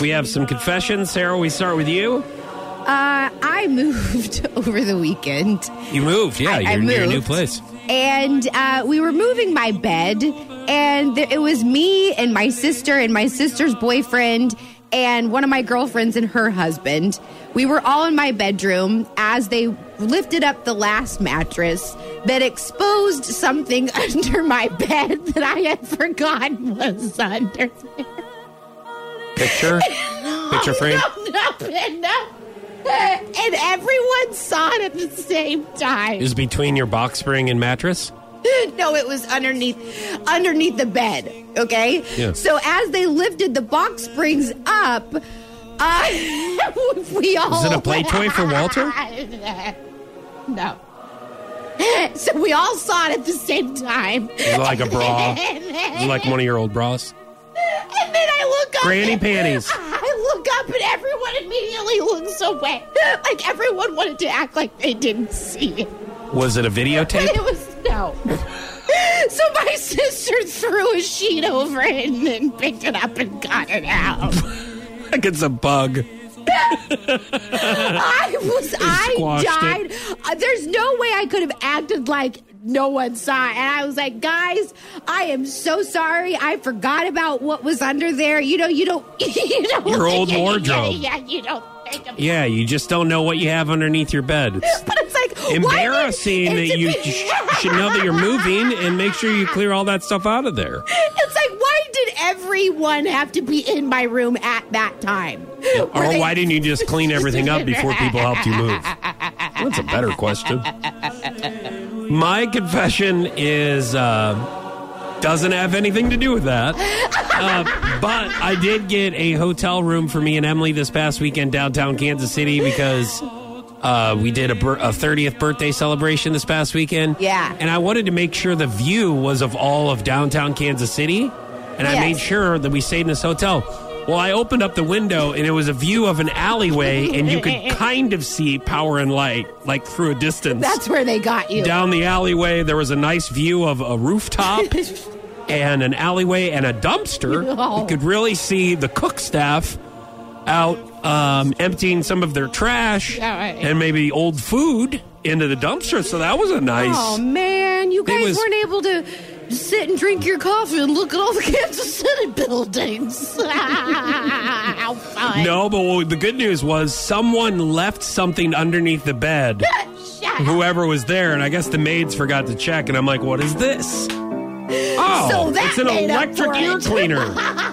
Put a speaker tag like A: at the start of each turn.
A: we have some confessions. Sarah, we start with you.
B: Uh, I moved over the weekend.
A: You moved, yeah.
B: I-
A: you're
B: I
A: in your new
B: moved.
A: place.
B: and uh, we were moving my bed, and th- it was me and my sister and my sister's boyfriend and one of my girlfriends and her husband. We were all in my bedroom as they lifted up the last mattress that exposed something under my bed that I had forgotten was under there.
A: Picture,
B: Oh,
A: picture frame.
B: Up and up. And everyone saw it at the same time.
A: Is between your box spring and mattress.
B: no, it was underneath underneath the bed. Okay.
A: Yeah.
B: So as they lifted the box springs up, uh, we all
A: it a play toy for Walter?
B: no. So we all saw it at the same time.
A: Is it like a bra?
B: And
A: Is it
B: then,
A: like one of your old bras?
B: and then I look up.
A: Granny
B: and-
A: panties.
B: I look up and everyone immediately looks away. Like everyone wanted to act like they didn't see it.
A: Was it a
B: But
A: videotape?
B: it was no. so my sister threw a sheet over it and then picked it up and got it out.
A: Like it's a bug.
B: I was, I
A: squashed
B: died. Uh, there's no way I could have acted like no one saw it. And I was like, guys, I am so sorry. I forgot about what was under there. You know, you don't, you don't.
A: Your old
B: yeah, yeah,
A: wardrobe.
B: Yeah, you don't think about
A: Yeah, you just don't know what you have underneath your bed. It's
B: But it's like why did-
A: embarrassing that
B: it's-
A: you sh- should know that you're moving and make sure you clear all that stuff out of there.
B: It's like, why did everyone have to be in my room at that time? Were
A: Or
B: they-
A: why didn't you just clean everything up before people helped you move? That's a better question. My confession is uh, doesn't have anything to do with that. Uh, but I did get a hotel room for me and Emily this past weekend downtown Kansas City because uh, we did a, bir- a 30th birthday celebration this past weekend.
B: Yeah.
A: And I wanted to make sure the view was of all of downtown Kansas City. And I
B: Yes.
A: made sure that we stayed in this hotel. Well, I opened up the window and it was a view of an alleyway, and you could kind of see power and light like through a distance.
B: That's where they got you.
A: Down the alleyway, there was a nice view of a rooftop and an alleyway and a dumpster.
B: No.
A: You could really see the cook staff out um, emptying some of their trash
B: Yeah, right.
A: and maybe old food into the dumpster. So that was a nice.
B: Oh man, you guys
A: was-
B: weren't able to sit and drink your coffee and look at all the Kansas City buildings. How fun!
A: No, but what- the good news was someone left something underneath the bed.
B: Shut up.
A: Whoever was there, and I guess the maids forgot to check. And I'm like, "What is this? Oh,
B: So that
A: it's an
B: made up
A: electric
B: for
A: ear
B: it.
A: cleaner."